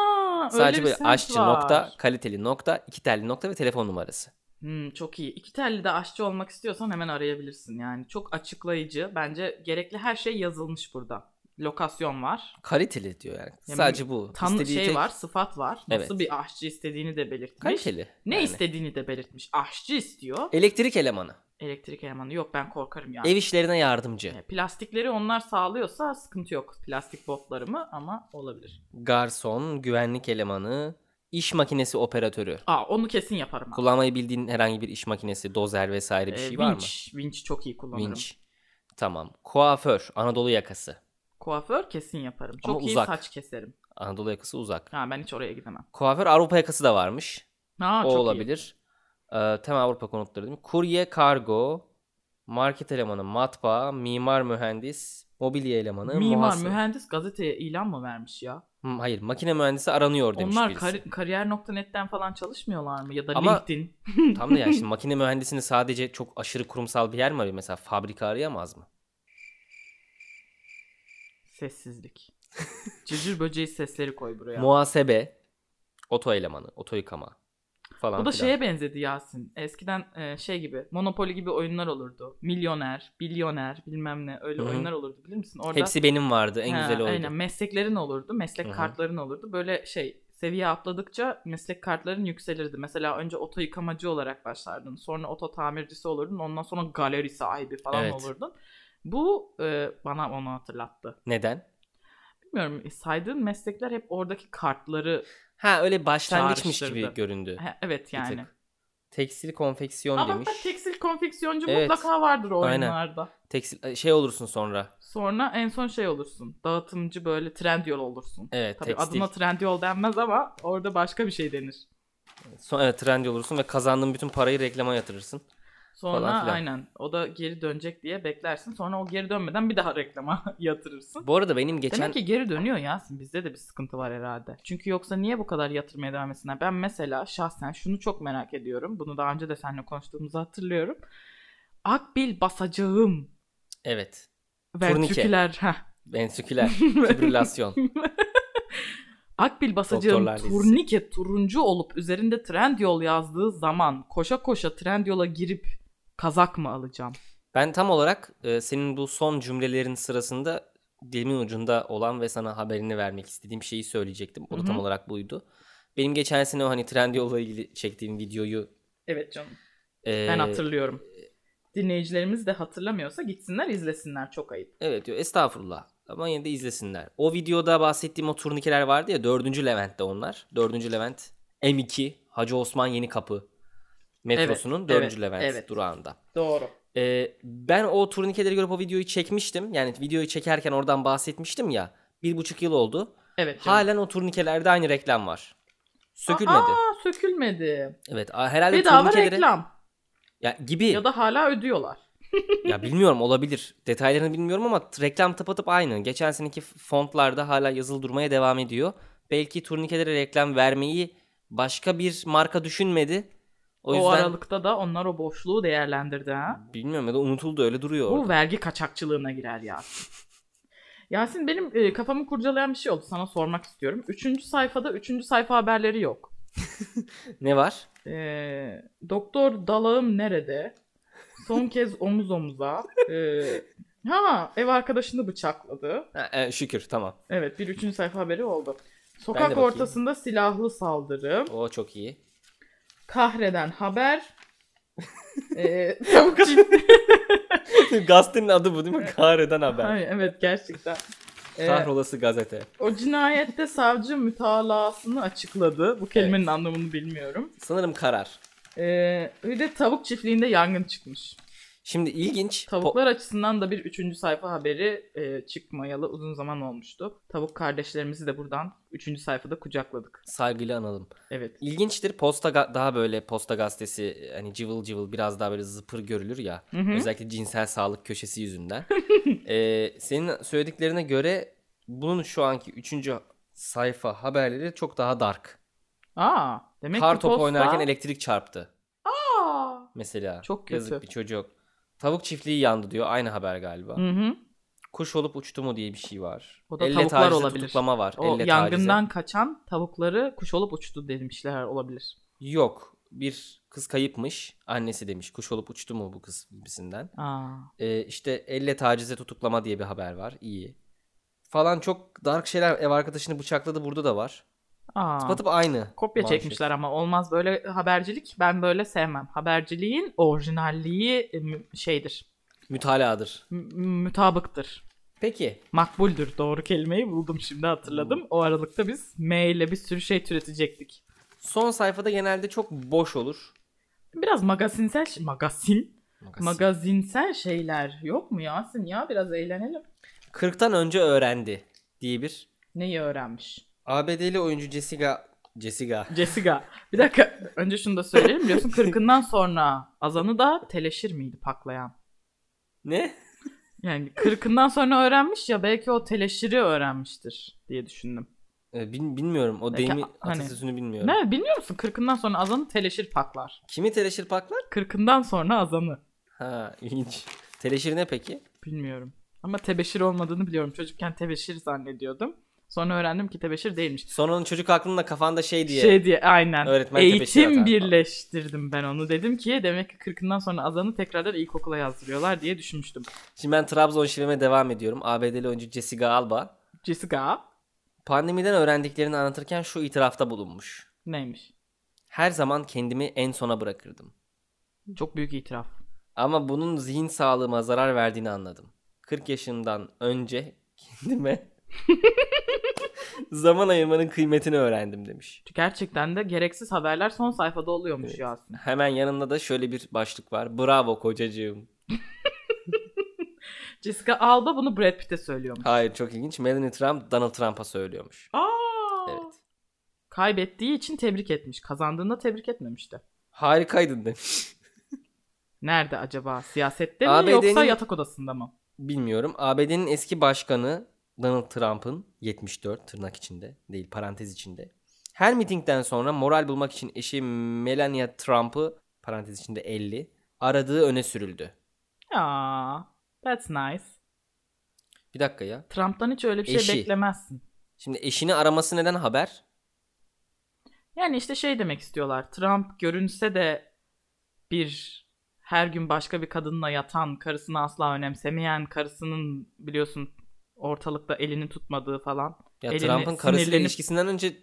Speaker 1: öyle
Speaker 2: Sadece
Speaker 1: bir
Speaker 2: böyle
Speaker 1: semt
Speaker 2: aşçı
Speaker 1: var.
Speaker 2: nokta, kaliteli nokta, iki telli nokta ve telefon numarası.
Speaker 1: Hmm, çok iyi. İki telli de aşçı olmak istiyorsan hemen arayabilirsin. Yani çok açıklayıcı. Bence gerekli her şey yazılmış burada. Lokasyon var.
Speaker 2: Kaliteli diyor yani.
Speaker 1: Yani
Speaker 2: Sadece bu.
Speaker 1: Tan
Speaker 2: İstediği
Speaker 1: şey
Speaker 2: tek-
Speaker 1: var, sıfat var. Nasıl
Speaker 2: Evet.
Speaker 1: bir aşçı istediğini de belirtmiş.
Speaker 2: Kaliteli.
Speaker 1: Ne
Speaker 2: yani.
Speaker 1: istediğini de belirtmiş. Aşçı istiyor.
Speaker 2: Elektrik elemanı.
Speaker 1: Elektrik elemanı yok ben korkarım ya.
Speaker 2: Ev işlerine yardımcı.
Speaker 1: E, Plastikleri onlar sağlıyorsa sıkıntı yok. Plastik botları mı ama olabilir.
Speaker 2: Garson, güvenlik elemanı, iş makinesi operatörü.
Speaker 1: Aa onu kesin yaparım. abi.
Speaker 2: Kullanmayı bildiğin herhangi bir iş makinesi, dozer vesaire bir
Speaker 1: E,
Speaker 2: şey var mı?
Speaker 1: winch, winch çok iyi kullanırım.
Speaker 2: Winch. Tamam. Kuaför, Anadolu yakası.
Speaker 1: Kuaför kesin yaparım. Çok
Speaker 2: Ama
Speaker 1: iyi
Speaker 2: uzak.
Speaker 1: saç keserim.
Speaker 2: Anadolu yakası uzak.
Speaker 1: Ha ben hiç oraya gidemem.
Speaker 2: Kuaför Avrupa yakası da varmış.
Speaker 1: Ha
Speaker 2: o
Speaker 1: çok
Speaker 2: olabilir. Ee, tem Avrupa konutları değil mi? Kurye, kargo, market elemanı, matbaa, mimar mühendis, Mobilya elemanı,
Speaker 1: Mimar,
Speaker 2: muhasebe.
Speaker 1: mühendis gazeteye ilan mı vermiş ya?
Speaker 2: Hı, Hayır, makine mühendisi aranıyor demiş
Speaker 1: Onlar
Speaker 2: birisi.
Speaker 1: kari- kariyer.net'ten falan çalışmıyorlar mı? Ya da
Speaker 2: Ama-
Speaker 1: LinkedIn.
Speaker 2: Tam da yani şimdi makine mühendisini sadece çok aşırı kurumsal bir yer mi arıyor? Mesela fabrika arayamaz mı?
Speaker 1: Sessizlik. Cırcır böceği sesleri koy buraya.
Speaker 2: Muhasebe, oto elemanı, oto yıkama falan
Speaker 1: Bu da şey
Speaker 2: filan.
Speaker 1: şeye benzedi Yasin. Eskiden e, şey gibi Monopoly gibi oyunlar olurdu. Milyoner, bilyoner bilmem ne öyle
Speaker 2: Hı hı.
Speaker 1: oyunlar olurdu bilir misin? Orada
Speaker 2: Hepsi benim vardı. En
Speaker 1: Ha,
Speaker 2: güzeli oydu.
Speaker 1: Aynen mesleklerin olurdu. Meslek
Speaker 2: Hı hı.
Speaker 1: kartların olurdu. Böyle şey seviye atladıkça meslek kartların yükselirdi. Mesela önce oto yıkamacı olarak başlardın. Sonra oto tamircisi olurdun. Ondan sonra galeri sahibi falan
Speaker 2: Evet.
Speaker 1: olurdun. Bu e, bana onu hatırlattı.
Speaker 2: Neden?
Speaker 1: Bilmiyorum e, saydığın meslekler hep oradaki kartları.
Speaker 2: Ha öyle başlangıçmış
Speaker 1: Çağrıştırdı.
Speaker 2: gibi göründü.
Speaker 1: Ha, evet
Speaker 2: Bir tık.
Speaker 1: yani.
Speaker 2: Tekstil konfeksiyon
Speaker 1: Ama
Speaker 2: demiş.
Speaker 1: bak tekstil konfeksiyoncu
Speaker 2: Evet.
Speaker 1: mutlaka vardır o
Speaker 2: Aynen.
Speaker 1: oyunlarda.
Speaker 2: Tekstil şey olursun sonra.
Speaker 1: Sonra en son şey olursun. Dağıtımcı böyle Trendyol olursun.
Speaker 2: Evet,
Speaker 1: Tabii
Speaker 2: tekstil.
Speaker 1: adına Trendyol denmez ama orada başka bir şey denir.
Speaker 2: Sonra evet, trend olursun ve kazandığın bütün parayı reklama yatırırsın.
Speaker 1: Sonra
Speaker 2: Falan filan.
Speaker 1: aynen o da geri dönecek diye beklersin. Sonra o geri dönmeden bir daha reklama yatırırsın.
Speaker 2: Bu arada benim geçen
Speaker 1: Demek ki geri dönüyor Yasin. Bizde de bir sıkıntı var herhalde. Çünkü yoksa niye bu kadar yatırmaya devam etsinler? Ben mesela şahsen şunu çok merak ediyorum. Bunu daha önce de seninle konuştuğumuzu hatırlıyorum. Akbil basacağım.
Speaker 2: evet
Speaker 1: Vertiküler. Heh.
Speaker 2: ventriküler fibrilasyon.
Speaker 1: Akbil basacağım
Speaker 2: Doktorlar dizisi.
Speaker 1: turnike turuncu olup üzerinde Trendyol yazdığı zaman koşa koşa Trendyol'a girip kazak mı alacağım?
Speaker 2: Ben tam olarak e, senin bu son cümlelerin sırasında dilimin ucunda olan ve sana haberini vermek istediğim şeyi söyleyecektim. O da
Speaker 1: Hı hı.
Speaker 2: tam olarak buydu. Benim geçen sene o hani Trendyol'la ilgili çektiğim videoyu
Speaker 1: Evet canım.
Speaker 2: e,
Speaker 1: Ben hatırlıyorum. Dinleyicilerimiz de hatırlamıyorsa gitsinler izlesinler çok ayıp.
Speaker 2: Evet diyor estağfurullah. Ama yine de izlesinler. O videoda bahsettiğim o turnikeler vardı ya 4. Levent'te onlar. 4. Levent M2 Hacı Osman Yeni Kapı metrosunun
Speaker 1: Evet,
Speaker 2: 4.
Speaker 1: evet,
Speaker 2: Levent
Speaker 1: evet.
Speaker 2: durağında.
Speaker 1: Doğru.
Speaker 2: Ee, ben o turnikeleri görüp o videoyu çekmiştim. Yani videoyu çekerken oradan bahsetmiştim ya. Bir buçuk yıl oldu.
Speaker 1: Evet canım.
Speaker 2: Halen o turnikelerde aynı reklam var. Sökülmedi.
Speaker 1: Aa, sökülmedi.
Speaker 2: evet a- herhalde
Speaker 1: Bedava
Speaker 2: turnikeleri...
Speaker 1: reklam.
Speaker 2: Ya, gibi.
Speaker 1: Ya da hala ödüyorlar.
Speaker 2: Ya bilmiyorum olabilir. Detaylarını bilmiyorum ama t- reklam tıpatıp aynı. Geçen seneki f- fontlarda hala yazılı durmaya devam ediyor. Belki turnikelere reklam vermeyi başka bir marka düşünmedi. O,
Speaker 1: O,
Speaker 2: yüzden
Speaker 1: aralıkta da onlar o boşluğu değerlendirdi ha.
Speaker 2: bilmiyorum ya da unutuldu öyle duruyor
Speaker 1: Bu
Speaker 2: orada.
Speaker 1: vergi kaçakçılığına girer Yasin. Yasin benim e, kafamı kurcalayan bir şey oldu. Sana sormak istiyorum. Üçüncü sayfada üçüncü sayfa haberleri yok.
Speaker 2: Ne var?
Speaker 1: Ee, doktor dalağım nerede? Son kez omuz omuza. Ee, ha ev arkadaşını bıçakladı.
Speaker 2: Ha, e, şükür tamam.
Speaker 1: Evet bir üçüncü sayfa haberi oldu.
Speaker 2: Ben de
Speaker 1: Sokak
Speaker 2: bakayım.
Speaker 1: ortasında silahlı saldırı.
Speaker 2: O çok iyi.
Speaker 1: Kahreden haber. ee, bu kadar.
Speaker 2: Gazetenin adı bu değil mi? Kahreden haber.
Speaker 1: Ay, evet gerçekten. Ee,
Speaker 2: Kahrolası gazete.
Speaker 1: o cinayette savcı mütalasını açıkladı. Bu kelimenin anlamını bilmiyorum.
Speaker 2: Sanırım karar.
Speaker 1: Ee, bir de tavuk çiftliğinde yangın çıkmış.
Speaker 2: Şimdi ilginç. po-
Speaker 1: Tavuklar açısından da bir üçüncü sayfa haberi e, çıkmayalı uzun zaman olmuştu. Tavuk kardeşlerimizi de buradan üçüncü sayfada kucakladık.
Speaker 2: saygıyla analım.
Speaker 1: Evet.
Speaker 2: İlginçtir. Posta ga- daha böyle posta gazetesi hani cıvıl cıvıl biraz daha böyle zıpır görülür ya.
Speaker 1: Hı hı.
Speaker 2: Özellikle cinsel sağlık köşesi yüzünden. Ee, senin söylediklerine göre bunun şu anki 3. sayfa haberleri çok daha dark.
Speaker 1: Aa, demek
Speaker 2: Kar
Speaker 1: ki
Speaker 2: topu
Speaker 1: posta...
Speaker 2: oynarken elektrik çarptı
Speaker 1: Aa!
Speaker 2: mesela.
Speaker 1: Çok
Speaker 2: Yazık
Speaker 1: kötü.
Speaker 2: bir çocuk. Tavuk çiftliği yandı diyor. Aynı haber galiba.
Speaker 1: Hı hı.
Speaker 2: Kuş olup uçtu mu diye bir şey var.
Speaker 1: O da
Speaker 2: Elle
Speaker 1: tavuklar
Speaker 2: tacizi
Speaker 1: olabilir.
Speaker 2: tutuklama var.
Speaker 1: O
Speaker 2: Elle
Speaker 1: yangından
Speaker 2: tacizi.
Speaker 1: kaçan tavukları kuş olup uçtu demişler olabilir.
Speaker 2: Yok. Bir kız kayıpmış. Annesi demiş. Kuş olup uçtu mu bu kız gibisinden.
Speaker 1: Aa.
Speaker 2: Ee, işte elle tacize tutuklama diye bir haber var. İyi. Falan çok dark şeyler. Ev arkadaşını bıçakladı burada da var.
Speaker 1: Aa.
Speaker 2: Tıpatıp aynı.
Speaker 1: Kopya
Speaker 2: manşet.
Speaker 1: çekmişler ama olmaz böyle habercilik. Ben böyle sevmem. Haberciliğin orijinalliği e, mü- şeydir.
Speaker 2: Mütalaadır.
Speaker 1: mü- mütabıktır.
Speaker 2: Peki.
Speaker 1: Makbuldür doğru kelimeyi buldum şimdi hatırladım. O aralıkta biz M ile bir sürü şey türetecektik.
Speaker 2: Son sayfada genelde çok boş olur.
Speaker 1: Biraz magazinsel ş- magazin
Speaker 2: Magazin.
Speaker 1: magazinsel şeyler yok mu Yasin ya biraz eğlenelim.
Speaker 2: 40'tan önce öğrendi diye bir.
Speaker 1: Neyi öğrenmiş?
Speaker 2: ABD'li oyuncu Jessica... Jessica.
Speaker 1: Jessica. Bir dakika. Önce şunu da söyleyelim. Biliyorsun 40'ından sonra azanı da teleşir miydi paklayan?
Speaker 2: Ne?
Speaker 1: Yani kırkından sonra öğrenmiş ya belki o teleşiri öğrenmiştir diye düşündüm.
Speaker 2: E, bil- bilmiyorum. O
Speaker 1: Belki
Speaker 2: deyimi
Speaker 1: a- hani-
Speaker 2: atasözünü bilmiyorum.
Speaker 1: Ne bilmiyor musun? Kırkından sonra azanı teleşir paklar.
Speaker 2: Kimi teleşir paklar?
Speaker 1: Kırkından sonra azanı.
Speaker 2: Ha ilginç. Teleşir ne peki?
Speaker 1: Bilmiyorum. Ama tebeşir olmadığını biliyorum. Çocukken tebeşir zannediyordum. Sonra öğrendim ki tebeşir değilmiş.
Speaker 2: Sonra onun çocuk aklında kafanda şey diye.
Speaker 1: Şey diye aynen.
Speaker 2: Öğretmen tebeşir atar
Speaker 1: Eğitim
Speaker 2: falan.
Speaker 1: birleştirdim ben onu. Dedim ki demek ki kırkından sonra azanı tekrardan ilkokula yazdırıyorlar diye düşünmüştüm.
Speaker 2: Şimdi ben Trabzon şiveme devam ediyorum. ABD'li oyuncu Jessica Alba.
Speaker 1: Jessica
Speaker 2: Pandemiden öğrendiklerini anlatırken şu itirafta bulunmuş.
Speaker 1: neymiş?
Speaker 2: Her zaman kendimi en sona bırakırdım.
Speaker 1: Çok büyük itiraf.
Speaker 2: Ama bunun zihin sağlığıma zarar verdiğini anladım. 40 yaşımdan önce kendime zaman ayırmanın kıymetini öğrendim demiş.
Speaker 1: Gerçekten de gereksiz haberler son sayfada oluyormuş
Speaker 2: Evet.
Speaker 1: ya aslında.
Speaker 2: Hemen yanında da şöyle bir başlık var. Bravo kocacığım.
Speaker 1: Jessica Alba bunu Brad Pitt'e söylüyormuş.
Speaker 2: Hayır çok ilginç. Melanie Trump Donald Trump'a söylüyormuş.
Speaker 1: Aa!
Speaker 2: Evet.
Speaker 1: Kaybettiği için tebrik etmiş. Kazandığında tebrik etmemişti.
Speaker 2: Harikaydın demiş.
Speaker 1: Nerede acaba? Siyasette mi
Speaker 2: ABD'nin
Speaker 1: yoksa yatak odasında mı?
Speaker 2: Bilmiyorum. ABD'nin eski başkanı Donald Trump'ın 74 tırnak içinde değil parantez içinde. Her mitingden sonra moral bulmak için eşi Melania Trump'ı parantez içinde 50 aradığı öne sürüldü.
Speaker 1: Ya, that's nice.
Speaker 2: Bir dakika ya.
Speaker 1: Trump'tan hiç öyle bir şey
Speaker 2: Eşi.
Speaker 1: beklemezsin.
Speaker 2: Şimdi eşini araması neden haber?
Speaker 1: Yani işte şey demek istiyorlar. Trump görünse de bir her gün başka bir kadınla yatan, karısını asla önemsemeyen, karısının biliyorsun ortalıkta elini tutmadığı falan.
Speaker 2: Ya
Speaker 1: Elini,
Speaker 2: Trump'ın karısıyla
Speaker 1: sinirlenip-
Speaker 2: ilişkisinden önce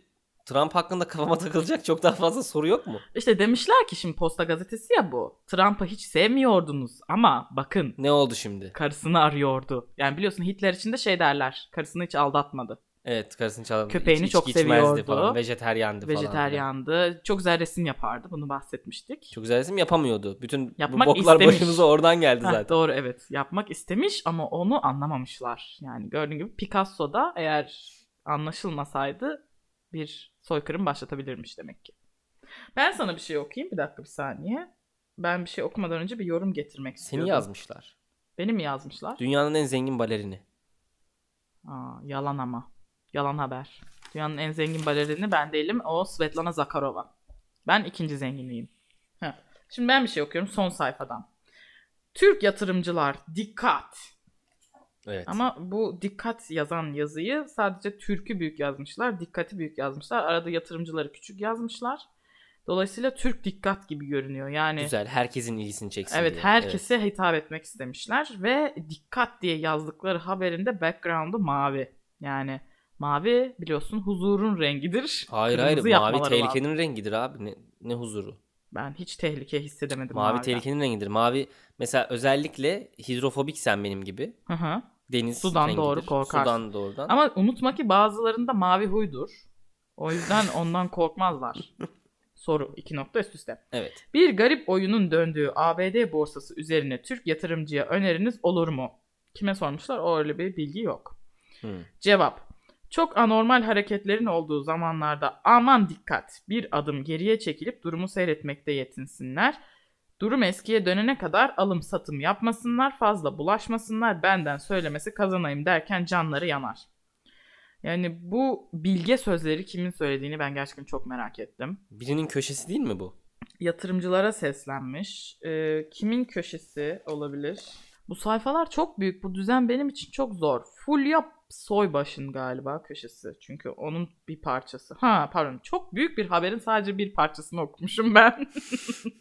Speaker 2: Trump hakkında kafama takılacak çok daha fazla soru yok mu?
Speaker 1: İşte demişler ki şimdi Posta gazetesi ya bu. Trump'ı hiç sevmiyordunuz ama bakın
Speaker 2: Ne oldu şimdi?
Speaker 1: karısını arıyordu. Yani biliyorsun Hitler için de şey derler. Karısını hiç aldatmadı.
Speaker 2: Evet karısını çalan
Speaker 1: Köpeğini çok seviyordu.
Speaker 2: falan. Vejeteryandı falan.
Speaker 1: Vejeteryandı. Çok güzel resim yapardı. Bunu bahsetmiştik.
Speaker 2: Çok güzel resim yapamıyordu. Bütün
Speaker 1: Yapmak
Speaker 2: bu boklar
Speaker 1: istemiş.
Speaker 2: başımıza oradan geldi
Speaker 1: Heh,
Speaker 2: zaten.
Speaker 1: doğru evet. Yapmak istemiş ama onu anlamamışlar. Yani gördüğün gibi Picasso'da eğer anlaşılmasaydı bir soykırım başlatabilirmiş demek ki. Ben sana bir şey okuyayım. Bir dakika bir saniye. Ben bir şey okumadan önce bir yorum getirmek
Speaker 2: Seni
Speaker 1: istiyordum.
Speaker 2: yazmışlar.
Speaker 1: Beni mi yazmışlar?
Speaker 2: Dünyanın en zengin balerini.
Speaker 1: Aa, yalan ama. Yalan haber. Dünyanın en zengin balerini ben değilim. O Svetlana Zakarova. Ben ikinci zenginliğim. Heh. Şimdi ben bir şey okuyorum son sayfadan. Türk yatırımcılar dikkat.
Speaker 2: Evet.
Speaker 1: Ama bu dikkat yazan yazıyı sadece Türk'ü büyük yazmışlar, dikkati büyük yazmışlar. Arada yatırımcıları küçük yazmışlar. Dolayısıyla Türk dikkat gibi görünüyor. Yani
Speaker 2: Güzel. Herkesin ilgisini çeksin
Speaker 1: hani evet
Speaker 2: diye.
Speaker 1: herkese hitap etmek istemişler ve dikkat diye yazdıkları haberinde background'u mavi. Yani mavi biliyorsun huzurun rengidir.
Speaker 2: Hayır
Speaker 1: Kırmızı
Speaker 2: hayır. Mavi
Speaker 1: yapmaları lazım.
Speaker 2: tehlikenin rengidir abi. Ne, ne huzuru.
Speaker 1: Ben hiç tehlike hissedemedim.
Speaker 2: Mavi
Speaker 1: maviden.
Speaker 2: tehlikenin rengidir. Mavi mesela özellikle hidrofobiksen benim gibi.
Speaker 1: Hı hı.
Speaker 2: Deniz
Speaker 1: Sudan
Speaker 2: rengidir.
Speaker 1: doğru korkarsın.
Speaker 2: Sudan doğrudan.
Speaker 1: Ama unutma ki bazılarında mavi huydur. O yüzden ondan korkmazlar. Soru iki nokta üst üste.
Speaker 2: Evet.
Speaker 1: Bir garip oyunun döndüğü ABD borsası üzerine Türk yatırımcıya öneriniz olur mu? Kime sormuşlar? O öyle bir bilgi yok.
Speaker 2: Hı.
Speaker 1: Cevap. Çok anormal hareketlerin olduğu zamanlarda aman dikkat bir adım geriye çekilip durumu seyretmekte yetinsinler. Durum eskiye dönene kadar alım satım yapmasınlar, fazla bulaşmasınlar, benden söylemesi kazanayım derken canları yanar. Yani bu bilge sözleri kimin söylediğini ben gerçekten çok merak ettim
Speaker 2: Birinin köşesi değil mi bu?
Speaker 1: yatırımcılara seslenmiş. Ee, kimin köşesi olabilir? Bu sayfalar çok büyük. Bu düzen benim için çok zor. Fulya Soybaş'ın galiba köşesi. Çünkü onun bir parçası. Ha pardon. Çok büyük bir haberin sadece bir parçasını okumuşum ben.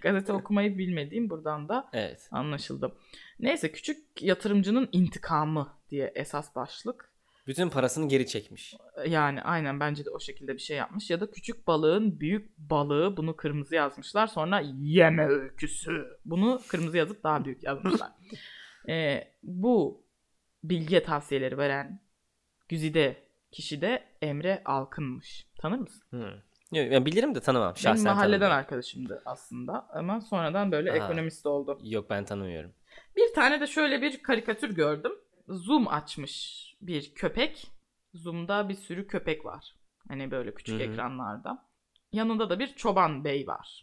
Speaker 1: Gazete okumayı bilmediğim buradan da
Speaker 2: Evet.
Speaker 1: anlaşıldı. Neyse küçük yatırımcının intikamı diye esas başlık.
Speaker 2: Bütün parasını geri çekmiş.
Speaker 1: Yani aynen bence de o şekilde bir şey yapmış. Ya da küçük balığın büyük balığı bunu kırmızı yazmışlar. Sonra yeme öyküsü. Bunu kırmızı yazıp daha büyük yazmışlar. Ee, bu bilge tavsiyeleri veren güzide kişi de Emre Alkın'mış. Tanır mısın?
Speaker 2: Hı. Yok, ben bilirim de tanımam. Şahsen
Speaker 1: Benim mahalleden
Speaker 2: tanımıyorum.
Speaker 1: arkadaşımdı aslında. Ama sonradan böyle
Speaker 2: Aha.
Speaker 1: ekonomist oldu.
Speaker 2: Yok ben tanımıyorum.
Speaker 1: Bir tane de şöyle bir karikatür gördüm. Zoom açmış bir köpek. Zoom'da bir sürü köpek var. Hani böyle küçük
Speaker 2: Hı hı.
Speaker 1: ekranlarda. Yanında da bir çoban bey var.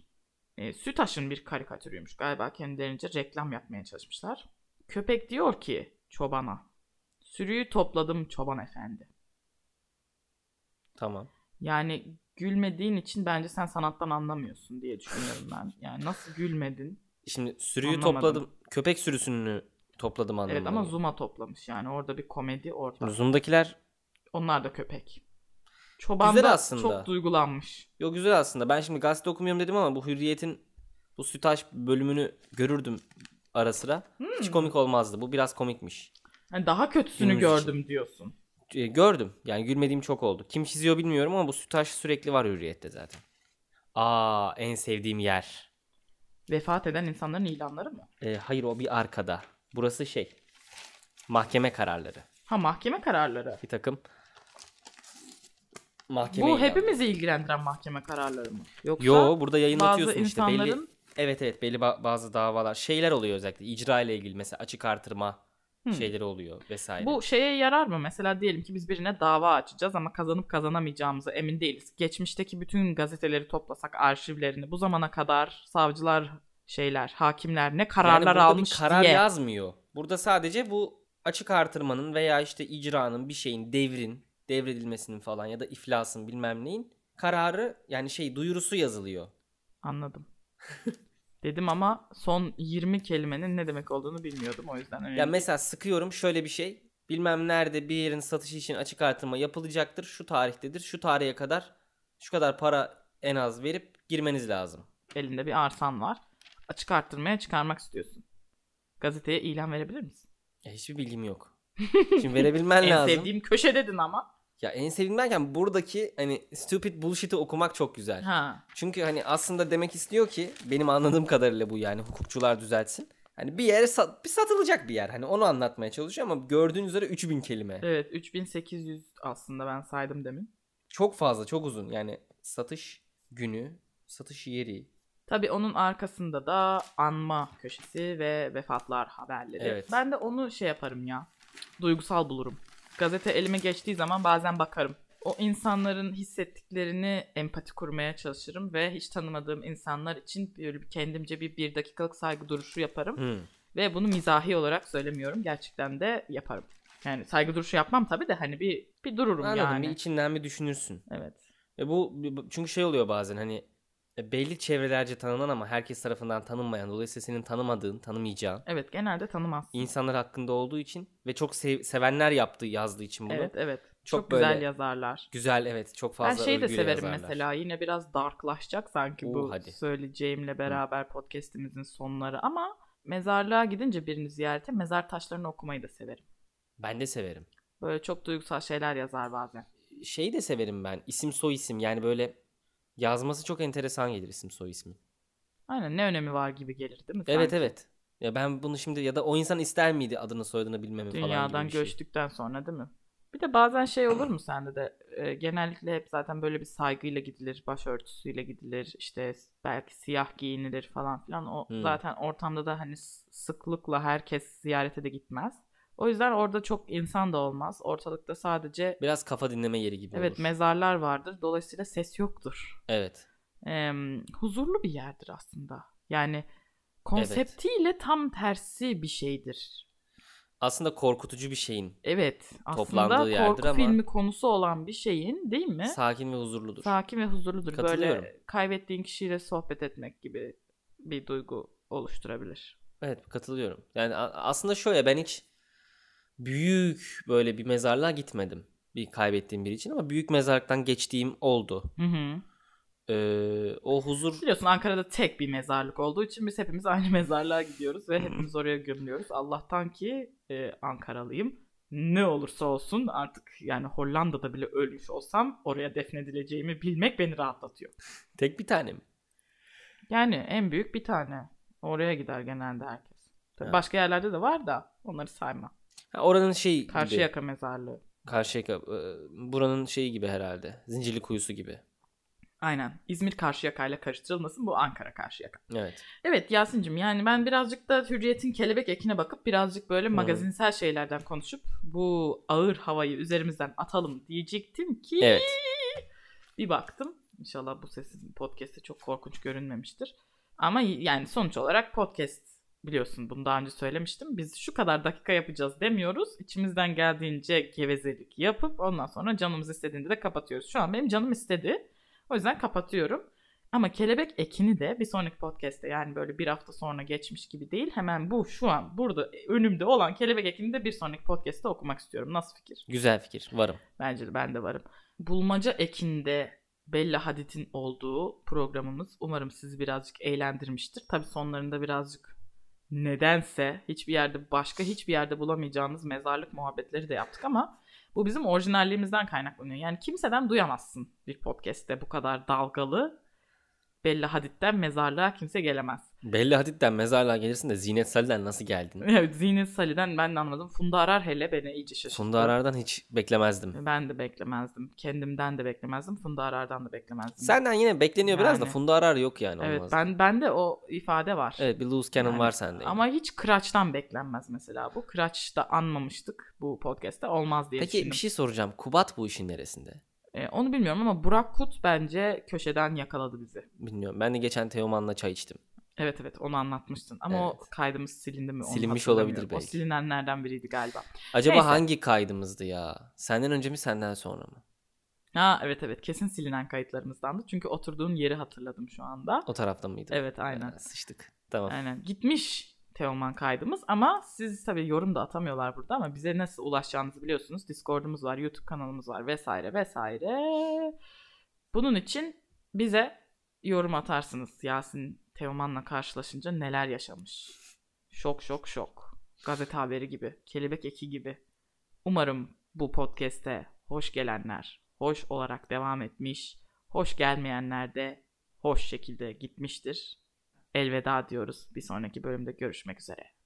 Speaker 1: E, Sütaş'ın bir karikatürüymüş. Galiba kendilerince reklam yapmaya çalışmışlar. Köpek diyor ki çobana. Sürüyü topladım çoban efendi.
Speaker 2: Tamam.
Speaker 1: Yani gülmediğin için bence sen sanattan anlamıyorsun diye düşünüyorum ben. Yani nasıl gülmedin?
Speaker 2: Şimdi sürüyü
Speaker 1: Anlamadım.
Speaker 2: topladım. Köpek sürüsünü topladım anlamında.
Speaker 1: Evet ama Zuma toplamış yani orada bir komedi orada.
Speaker 2: Şimdi Zoom'dakiler
Speaker 1: Onlar da köpek. Çoban
Speaker 2: Güzel
Speaker 1: da
Speaker 2: aslında.
Speaker 1: çok duygulanmış.
Speaker 2: Yo güzel aslında. Ben şimdi gazete okumuyorum dedim ama bu Hürriyet'in bu Sütaş bölümünü görürdüm ara sıra. Hiç komik olmazdı. Bu biraz komikmiş.
Speaker 1: Yani Hani daha kötüsünü
Speaker 2: Günümüz
Speaker 1: gördüm diyorsun.
Speaker 2: E, gördüm. Yani gülmediğim çok oldu. Kim çiziyor bilmiyorum ama bu Sütaş sürekli var Hürriyet'te zaten. Aa en sevdiğim yer.
Speaker 1: Vefat eden insanların ilanları mı?
Speaker 2: E, hayır o bir arkada. Burası şey. Mahkeme kararları.
Speaker 1: Ha mahkeme kararları.
Speaker 2: Bir takım mahkeme
Speaker 1: Bu
Speaker 2: ilanı.
Speaker 1: hepimizi ilgilendiren mahkeme kararları mı? Yoksa
Speaker 2: Yo burada
Speaker 1: bazı
Speaker 2: yayınlatıyorsun işte belli.
Speaker 1: insanların
Speaker 2: Evet evet belli ba- bazı davalar şeyler oluyor özellikle icra ile ilgili mesela açık artırma
Speaker 1: Hmm.
Speaker 2: şeyleri oluyor vesaire.
Speaker 1: bu şeye yarar mı? Mesela diyelim ki biz birine dava açacağız ama kazanıp kazanamayacağımıza emin değiliz. Geçmişteki bütün gazeteleri toplasak arşivlerini bu zamana kadar savcılar şeyler, hakimler ne
Speaker 2: yani
Speaker 1: kararlar
Speaker 2: burada
Speaker 1: almış
Speaker 2: bir karar
Speaker 1: diye.
Speaker 2: yazmıyor. Burada sadece bu açık artırmanın veya işte icranın bir şeyin devrin devredilmesinin falan ya da iflasın bilmem neyin kararı yani şey duyurusu yazılıyor.
Speaker 1: Anladım. Dedim ama son 20 kelimenin ne demek olduğunu bilmiyordum o yüzden. hani önemli
Speaker 2: Ya mesela sıkıyorum şöyle bir şey. Bilmem nerede bir yerin satışı için açık artırma yapılacaktır. Şu tarihtedir. Şu tarihe kadar şu kadar para en az verip girmeniz lazım.
Speaker 1: elinde bir arsan var. Açık arttırmaya çıkarmak istiyorsun. Gazeteye ilan verebilir misin?
Speaker 2: Ya hiçbir bilgim yok. Şimdi verebilmen
Speaker 1: en
Speaker 2: lazım.
Speaker 1: sevdiğim köşe dedin ama.
Speaker 2: Ya en sevdiğim derken buradaki hani stupid bullshit'i okumak çok güzel.
Speaker 1: Ha.
Speaker 2: Çünkü hani aslında demek istiyor ki benim anladığım kadarıyla bu yani hukukçular düzeltsin. Hani bir yere sat- bir satılacak bir yer. Hani onu anlatmaya çalışıyor ama gördüğünüz üzere 3000 kelime.
Speaker 1: Evet 3800 aslında ben saydım demin.
Speaker 2: Çok fazla, çok uzun. Yani satış günü, satış yeri.
Speaker 1: Tabii onun arkasında da anma köşesi ve vefatlar haberleri.
Speaker 2: Evet.
Speaker 1: Ben de onu şey yaparım ya. Duygusal bulurum. Gazete elime geçtiği zaman bazen bakarım. O insanların hissettiklerini empati kurmaya çalışırım ve hiç tanımadığım insanlar için böyle bir kendimce bir bir dakikalık saygı duruşu yaparım. Ve bunu mizahi olarak söylemiyorum. Gerçekten de yaparım. Yani saygı duruşu yapmam tabii de hani bir bir dururum
Speaker 2: Anladım.
Speaker 1: yani.
Speaker 2: Bir içinden bir düşünürsün.
Speaker 1: Evet.
Speaker 2: E bu çünkü şey oluyor bazen hani e, belli çevrelerce tanınan ama herkes tarafından tanınmayan dolayısıyla senin tanımadığın, tanımayacağın
Speaker 1: Evet genelde tanımazsın.
Speaker 2: insanlar hakkında olduğu için ve çok sev- sevenler yaptığı yazdığı için bunu.
Speaker 1: Evet evet. Çok,
Speaker 2: Çok
Speaker 1: güzel
Speaker 2: böyle
Speaker 1: yazarlar.
Speaker 2: Güzel evet çok
Speaker 1: Ben
Speaker 2: fazla
Speaker 1: şeyi de
Speaker 2: övgüyle
Speaker 1: severim
Speaker 2: yazarlar.
Speaker 1: mesela. Yine biraz darklaşacak sanki
Speaker 2: Oo,
Speaker 1: bu
Speaker 2: hadi.
Speaker 1: söyleyeceğimle beraber podcast'imizin sonları ama mezarlığa gidince birini ziyarete mezar taşlarını okumayı da severim.
Speaker 2: Ben de severim.
Speaker 1: Böyle çok duygusal şeyler yazar bazen.
Speaker 2: Şeyi de severim ben. İsim soy isim yani böyle yazması çok enteresan gelir isim soy ismi.
Speaker 1: Aynen ne önemi var gibi gelir değil mi?
Speaker 2: Evet
Speaker 1: sanki?
Speaker 2: evet. Ya ben bunu şimdi ya da o insan ister miydi adını soyadını bilmemi falan gibi
Speaker 1: Dünyadan
Speaker 2: bir şey.
Speaker 1: göçtükten sonra değil mi? Bir de bazen şey olur mu sende de e, genellikle hep zaten böyle bir saygıyla gidilir, başörtüsüyle gidilir, işte belki siyah giyinilir falan filan. O
Speaker 2: Hmm.
Speaker 1: zaten ortamda da hani s- sıklıkla herkes ziyarete de gitmez. O yüzden orada çok insan da olmaz. Ortalıkta sadece
Speaker 2: Biraz kafa dinleme yeri gibi
Speaker 1: evet
Speaker 2: olur.
Speaker 1: mezarlar vardır. Dolayısıyla ses yoktur.
Speaker 2: evet.
Speaker 1: Em, huzurlu bir yerdir aslında. Yani konseptiyle tam tersi bir şeydir
Speaker 2: Aslında korkutucu bir şeyin
Speaker 1: Evet. Aslında
Speaker 2: Toplandığı yerdir
Speaker 1: korku
Speaker 2: ama-
Speaker 1: filmi konusu olan bir şeyin değil mi?
Speaker 2: sakin ve huzurludur.
Speaker 1: Sakin ve huzurludur.
Speaker 2: Katılıyorum.
Speaker 1: Böyle kaybettiğin kişiyle sohbet etmek gibi bir duygu oluşturabilir.
Speaker 2: Evet katılıyorum. Yani a- aslında şöyle ben hiç büyük böyle bir mezarlığa gitmedim. Bir kaybettiğim biri için ama büyük mezarlıktan geçtiğim oldu.
Speaker 1: Hı hı.
Speaker 2: Ee, o huzur
Speaker 1: Biliyorsun Ankara'da tek bir mezarlık olduğu için biz hepimiz aynı mezarlığa gidiyoruz ve hepimiz oraya gömülüyoruz. Allah'tan ki e, Ankaralıyım. Ne olursa olsun artık yani Hollanda'da bile ölmüş olsam oraya defnedileceğimi bilmek beni rahatlatıyor.
Speaker 2: tek bir tane mi?
Speaker 1: Yani en büyük bir tane. Oraya gider genelde herkes. Tabii
Speaker 2: Evet.
Speaker 1: Başka yerlerde de var da onları sayma.
Speaker 2: Ha, oranın şey gibi.
Speaker 1: Karşıyaka mezarlığı.
Speaker 2: Karşıyaka. e, Buranın şeyi gibi herhalde. Zincirli kuyusu gibi.
Speaker 1: Aynen. İzmir Karşıyaka ile karıştırılmasın bu Ankara Karşıyaka.
Speaker 2: Evet.
Speaker 1: Evet Yasin'cim yani ben birazcık da Hürriyet'in kelebek ekine bakıp birazcık böyle magazinsel şeylerden konuşup bu ağır havayı üzerimizden atalım diyecektim ki
Speaker 2: Evet.
Speaker 1: bir baktım. İnşallah bu sesin podcast'te çok korkunç görünmemiştir. Ama y- yani sonuç olarak podcast biliyorsun bunu daha önce söylemiştim. Biz şu kadar dakika yapacağız demiyoruz. İçimizden geldiğince gevezelik yapıp ondan sonra canımız istediğinde de kapatıyoruz. Şu an benim canım istedi. O yüzden kapatıyorum. Ama kelebek ekini de bir sonraki podcast'te yani böyle bir hafta sonra geçmiş gibi değil. Hemen bu şu an burada önümde olan kelebek ekini de bir sonraki podcast'te okumak istiyorum. Nasıl fikir?
Speaker 2: Güzel fikir. Varım.
Speaker 1: Bence de ben de varım. Bulmaca ekinde Bella Hadid'in olduğu programımız umarım sizi birazcık eğlendirmiştir. Tabii sonlarında birazcık nedense hiçbir yerde başka hiçbir yerde bulamayacağınız mezarlık muhabbetleri de yaptık ama bu bizim orijinalliğimizden kaynaklanıyor. Yani kimseden duyamazsın bir podcast'te bu kadar dalgalı Bella Hadid'den mezarlığa kimse gelemez.
Speaker 2: Belli Hadid'den mezarlığa gelirsin de Zinetsel'den nasıl geldin?
Speaker 1: Evet, Zinet Salih'den ben de anladım. Funda Arar hele beni iyice şaşırttı.
Speaker 2: Funda Arar'dan hiç beklemezdim.
Speaker 1: Ben de beklemezdim. Kendimden de beklemezdim. Funda Arar'dan da beklemezdim.
Speaker 2: Senden yine bekleniyor biraz da
Speaker 1: Yani.
Speaker 2: Funda Arar yok yani.
Speaker 1: Evet
Speaker 2: olmaz.
Speaker 1: ben bende o ifade var.
Speaker 2: Evet bir loose cannon
Speaker 1: Yani.
Speaker 2: var sende.
Speaker 1: Ama hiç Kıraç'tan beklenmez mesela bu. Kıraç'ta anmamıştık bu podcast'te olmaz diye
Speaker 2: Peki
Speaker 1: düşündüm.
Speaker 2: bir şey soracağım. Kubat bu işin neresinde?
Speaker 1: E, onu bilmiyorum ama Burak Kut bence köşeden yakaladı bizi.
Speaker 2: Bilmiyorum. Ben de geçen Teoman'la çay içtim.
Speaker 1: Evet evet onu anlatmıştın ama o
Speaker 2: Evet.
Speaker 1: kaydımız silindi mi? Onu
Speaker 2: Silinmiş
Speaker 1: hatırlamıyorum.
Speaker 2: olabilir belki.
Speaker 1: O silinenlerden biriydi galiba.
Speaker 2: Acaba
Speaker 1: Neyse.
Speaker 2: hangi kaydımızdı ya? Senden önce mi senden sonra mı?
Speaker 1: Ha evet evet kesin silinen kayıtlarımızdandı. Çünkü oturduğun yeri hatırladım şu anda.
Speaker 2: O tarafta mıydı?
Speaker 1: Evet aynen.
Speaker 2: Ha, sıçtık. Tamam.
Speaker 1: Aynen. Gitmiş Teoman kaydımız ama siz tabii yorum da atamıyorlar burada ama bize nasıl ulaşacağınızı biliyorsunuz. Discord'umuz var, YouTube kanalımız var vesaire vesaire. Bunun için bize yorum atarsınız. Yasin Teoman'la karşılaşınca neler yaşamış. Şok şok şok. Gazete haberi gibi, kelebek eki gibi. Umarım bu podcast'e hoş gelenler hoş olarak devam etmiş, hoş gelmeyenler de hoş şekilde gitmiştir elveda diyoruz. Bir sonraki bölümde görüşmek üzere.